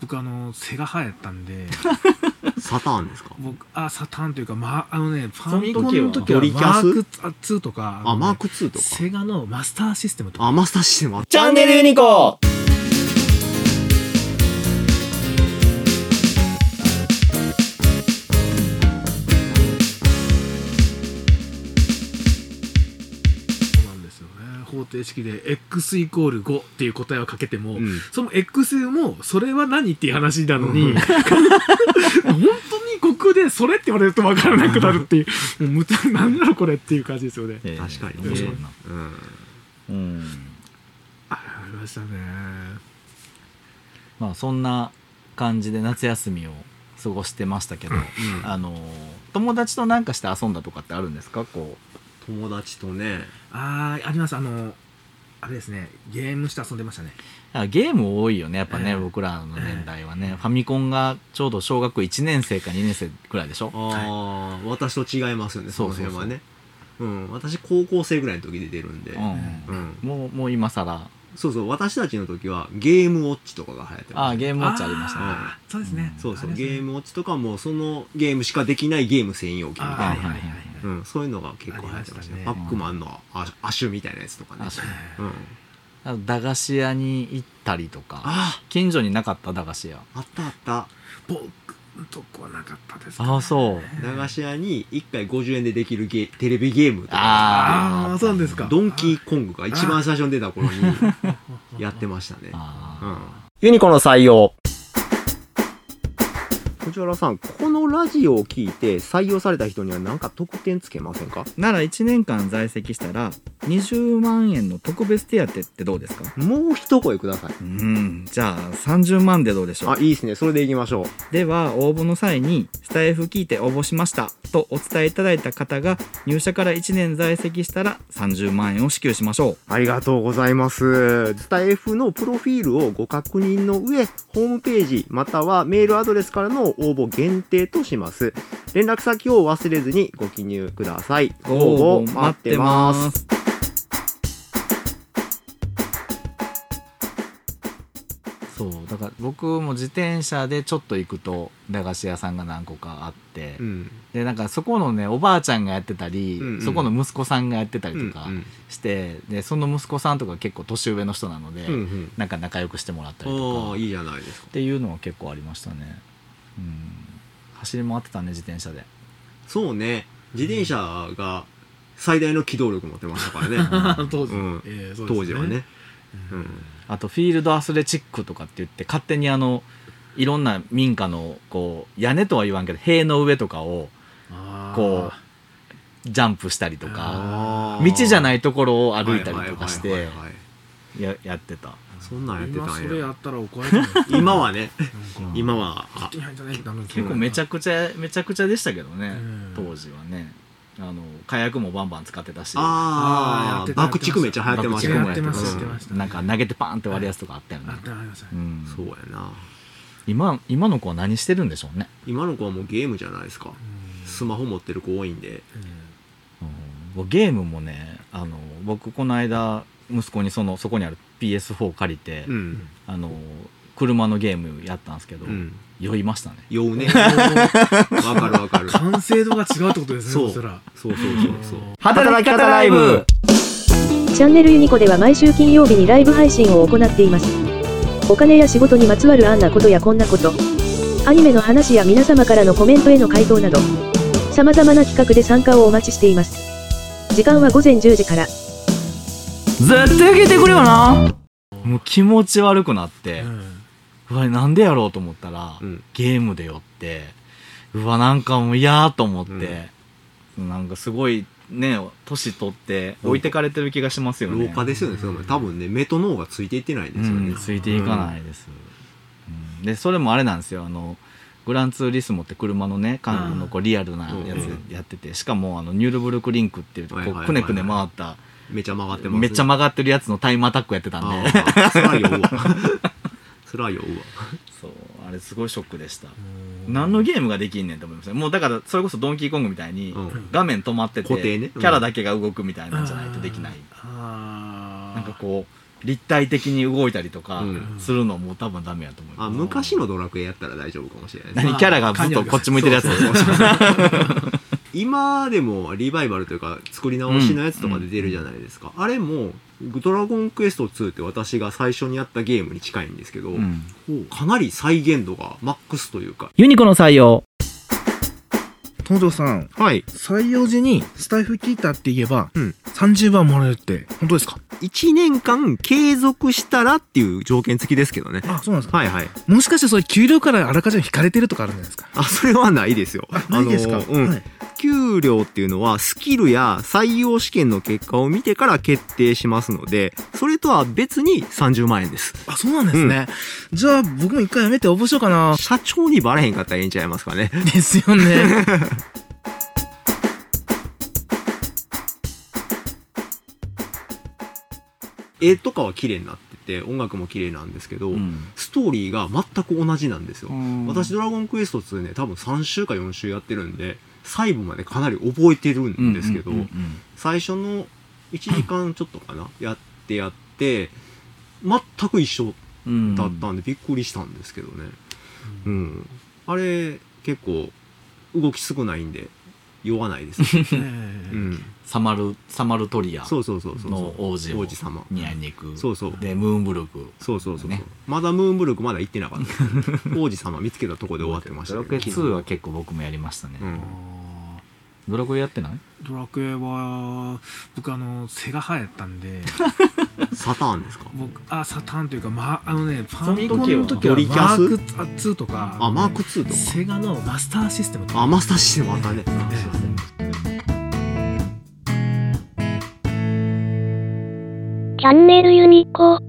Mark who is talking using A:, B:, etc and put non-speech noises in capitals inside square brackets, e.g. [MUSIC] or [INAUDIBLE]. A: 僕あの背が生えたん
B: [LAUGHS]
A: で
C: サターンですか
A: 僕あサターンというか、まあ、あのねフ
B: そ
A: ァ
B: の
A: ミ
B: 時
A: コ
B: は
A: ンの時は
C: ドリキ
A: マ
C: ャス
A: ーク2とか
C: あ、
A: のね
C: マーク2とか。
A: セガのマスターシステムとか
C: あ、マスターシステムあった
B: チャンネルユニコ
A: そうなんですよね方程式で x イコール5っていう答えをかけても、
C: うん
A: その x もそれは何っていう話なのに、
C: う
A: [LAUGHS]
C: ん
A: 本当に悟空でそれって言われると分からなくなるっていうもう無駄なんだろうこれっていう感じですよね
B: えー
C: 確かに
B: 面白いな。
C: うん。
B: うん。
A: ありましたね
B: まあそんな感じで夏休みを過ごしてましたけど、あのー友達となんかして遊んだとかってあるんですかこ
C: 友達とね、
A: あーありますあのあれですねゲームして遊んでましたね
B: うあゲーム多いよねやっぱね、
A: ええ
B: 僕らの年代はね、ファミコンがちょうど小学1年生か2年生くらいでしょ
C: ああ、私と違いますよね、そ
B: そう
C: の
B: そうそう
C: 辺はね。うん、私高校生ぐらいの時に出てるんで、
B: うん
C: うん
B: もうもう今更
C: そうそう、私たちの時はゲームウォッチとかが流行って
B: あ
C: ま
B: あ
C: した。
B: ゲームウォッチありましたね
A: あーそうですね、
B: うん
C: そうそう、
A: あ
C: ゲ
A: りますね
C: ームウォッチとかも、そのゲームしかできないゲーム専用機みたい
A: あー
C: な
A: はいはいはいはい、
C: うん、そういうのが結構流行ってましたね。
A: あ
C: パ
A: りましたね
C: ックマンのアアシュみたいなやつとかね
B: あ。そう
C: うん、
B: あの駄菓子屋に行ったりとか
C: あ
B: 近所になかった駄菓子屋
C: あったあった。
A: 僕のとこはなかったですかね
B: ああそう
C: 駄菓子屋に1回50円でできるゲテレビゲームとか
B: あ
A: あ
B: ー
A: あそうなんですか
C: ドンキーコングが一番最初に出た頃にやってましたね、
B: あ
C: う
B: ー
C: ん、
B: ユニコの採用
C: 藤原さんこのラジオを聞いて採用された人には何か特典つけませんか
B: なら1年間在籍したら20万円の特別手当ってどうですか
C: もう一声ください
B: うんじゃあ30万でどうでしょ
C: あ
B: う
C: いいですねそれでいきましょう
B: では応募の際にスタイフ聞いて応募しましたとお伝えいただいた方が入社から1年在籍したら30万円を支給しましょう
C: ありがとうございます。スタイフのプロフィールをご確認の上、ホームページまたはメールアドレスからの応募限定とします。連絡先を忘れずにご記入ください。応募待ってます。
B: すそうだから僕も自転車でちょっと行くと駄菓子屋さんが何個かあって、
C: うん。
B: でなんかそこのねおばあちゃんがやってたり、
C: うんうん
B: そこの息子さんがやってたりとか
C: うん
B: して、でその息子さんとか結構年上の人なので、
C: うんうん
B: なんか仲良くしてもらったりと
C: あ
B: か
C: あ、
B: っ
C: いいじゃないですか。
B: ていうのは結構ありましたね、うん、走り回ってたね自転車で、
C: そうね。自転車が最大の機動力持ってましたからね。
A: あー当時、
C: うん
A: えーそうです
C: 当時はね。うん。
B: あとフィールドアスレチックとかって言って勝手にあのいろんな民家のこう屋根とは言わんけど塀の上とかを
A: あー
B: こうジャンプしたりとか
C: あ
B: 道じゃないいところを歩いたりとかしてややってた
C: そんなんやってたんや
A: 今それやったら怒られる
C: 今はね、
A: なんか
C: 今は、あ
A: 勝手に入ったねってなるんですけ
B: 結
A: ど
B: 構めちゃくちゃめちゃくちゃでしたけどね、
A: うん
B: 当時はねあの火薬もバンバン使ってたし
A: あーや
C: あ
A: っ
C: あ
A: てた
C: 爆竹めっちゃ流行ってましたよね
A: やってました
C: う
A: やっ
C: ん
A: てました
B: なんか投げてパーンって割るやつとかあったよね
A: あ、ったありました
B: う
A: ね
B: ん、
C: そうやな
B: 今今の子は何してるんでしょうね、
C: 今の子はもうゲームじゃないです
A: う
C: か
A: ん
C: スマホ持ってる子多いんで
A: うん
B: うんゲームもねあの僕この間息子にそのそこにある PS4 借りて、
C: うん
B: あの車のゲームやったんですけど、
C: うん
B: 酔いましたね
C: 酔 [LAUGHS] うねわかるわかるそう
A: 完成度が違うってことですね
C: そう
A: そしたら
C: そうそうそう
B: 働き方ライブ
D: チャンネルユニコでは毎週金曜日にライブ配信を行っています。お金や仕事にまつわるあんなことやこんなこと、アニメの話や皆様からのコメントへの回答など、様々な企画で参加をお待ちしています。時間は午前10時から。
B: 絶対聞いてくれよなもう気持ち悪くなって、
A: うん
B: うわなんでやろうと思ったら、
C: うん
B: ゲームで酔ってうわなんかもう嫌と思って、なんかすごいね年取って置いてかれてる気がしますよね
C: 老化ですよねその多分ね目と脳がついていってないですよ
B: う
C: ね
B: ん、ついていかないです、うんでそれもあれなんですよあのグランツーリスモって車のね韓国のこうリアルなやつやっててしかもあのニュールブルクリンクっていうこ
C: はいはいうはい
B: くねくね回った
C: めちゃ曲がってます
B: めっちゃ曲がってるやつのタイムアタックやってたんで
C: ああそら酔うわそら酔うわ
B: そうあれすごいショックでした
A: うん
B: 何のゲームができんねんと思いましたもうだからそれこそドンキーコングみたいに
C: うん
B: 画面止まってて
C: 固定ね
B: キャラだけが動くみたいなんじゃないとできない
A: あー
B: なんかこう立体的に動いたりとか
C: うん
B: するのも多分ダメやと思います、
C: あ昔のドラクエやったら大丈夫かもしれないですね
B: 何キャラがずっとこっち向いてるやつ
C: そうそ
E: [LAUGHS]
C: うそう今でもリバイバルというか作り直しのやつとかで出るじゃないですか、あれも「ドラゴンクエスト2」って私が最初にやったゲームに近いんですけど、
B: うん
C: かなり再現度がマックスというか
E: ユニコの採用東條さん
C: はい
E: 採用時にスタイフ聞いたって言えば、
C: うん
E: 30番もらえるって本当ですか
C: 1年間継続したらっていう条件付きですけどね
E: あそうなんですか、
C: はいはい
E: もしかしてそれ給料からあらかじめ引かれてるとかあるんじゃないですか
C: あそれはないですよ
E: ないですか、
C: あのうん
E: はい、
C: 給料っていうのはスキルや採用試験の結果を見てから決定しますのでそれとは別に30万円です
E: あそうなんですね、じゃあ僕も一回やめて応募しようかな
C: 社長にバレへんかったらええんちゃいますかね [LAUGHS]
E: ですよね
C: 絵とかは綺麗になってて音楽も綺麗なんですけど、
B: うん
C: ストーリーが全く同じなんですよ、私「
B: うん
C: ドラゴンクエスト2ね」多分3週か4週やってるんで細部までかなり覚えてるんですけど、
B: うんうん
C: 最初の1時間ちょっとか
B: [LAUGHS]
C: な、やってやって全く一緒
B: うん
C: だったんでびっくりしたんですけどね、うんあれ結構動き少ないんで酔わないです、
B: [LAUGHS]
C: うん、
B: サマルサマルトリア
C: そうそうそうそう
B: の王子を
C: 王子様
B: ニャンニク
C: そうそう
B: でムーンブルク
C: そうそうそうそう、
B: ね
C: まだムーンブルクまだ行ってなかったです [LAUGHS] けど王子様見つけたとこで終わってまし
B: ド
C: た
B: ラ
C: け
B: クエ
C: ど
B: 2は結構僕もやりましたね、
C: うん
B: ドラクエやってない
A: ドラクエは僕あのセガ派やったん
C: [LAUGHS]
A: で
C: [LAUGHS] サターンですか
A: 僕あサターンというか、ま、あのねファ
B: その時
A: ミ
B: は
A: コンの時は
C: ドリキャ
A: マ
C: ス
A: ーク2とか
C: あマーク2とか
A: セガのマスターシステムとか
C: あマスターシステムあったね
F: チャンネルユニコ。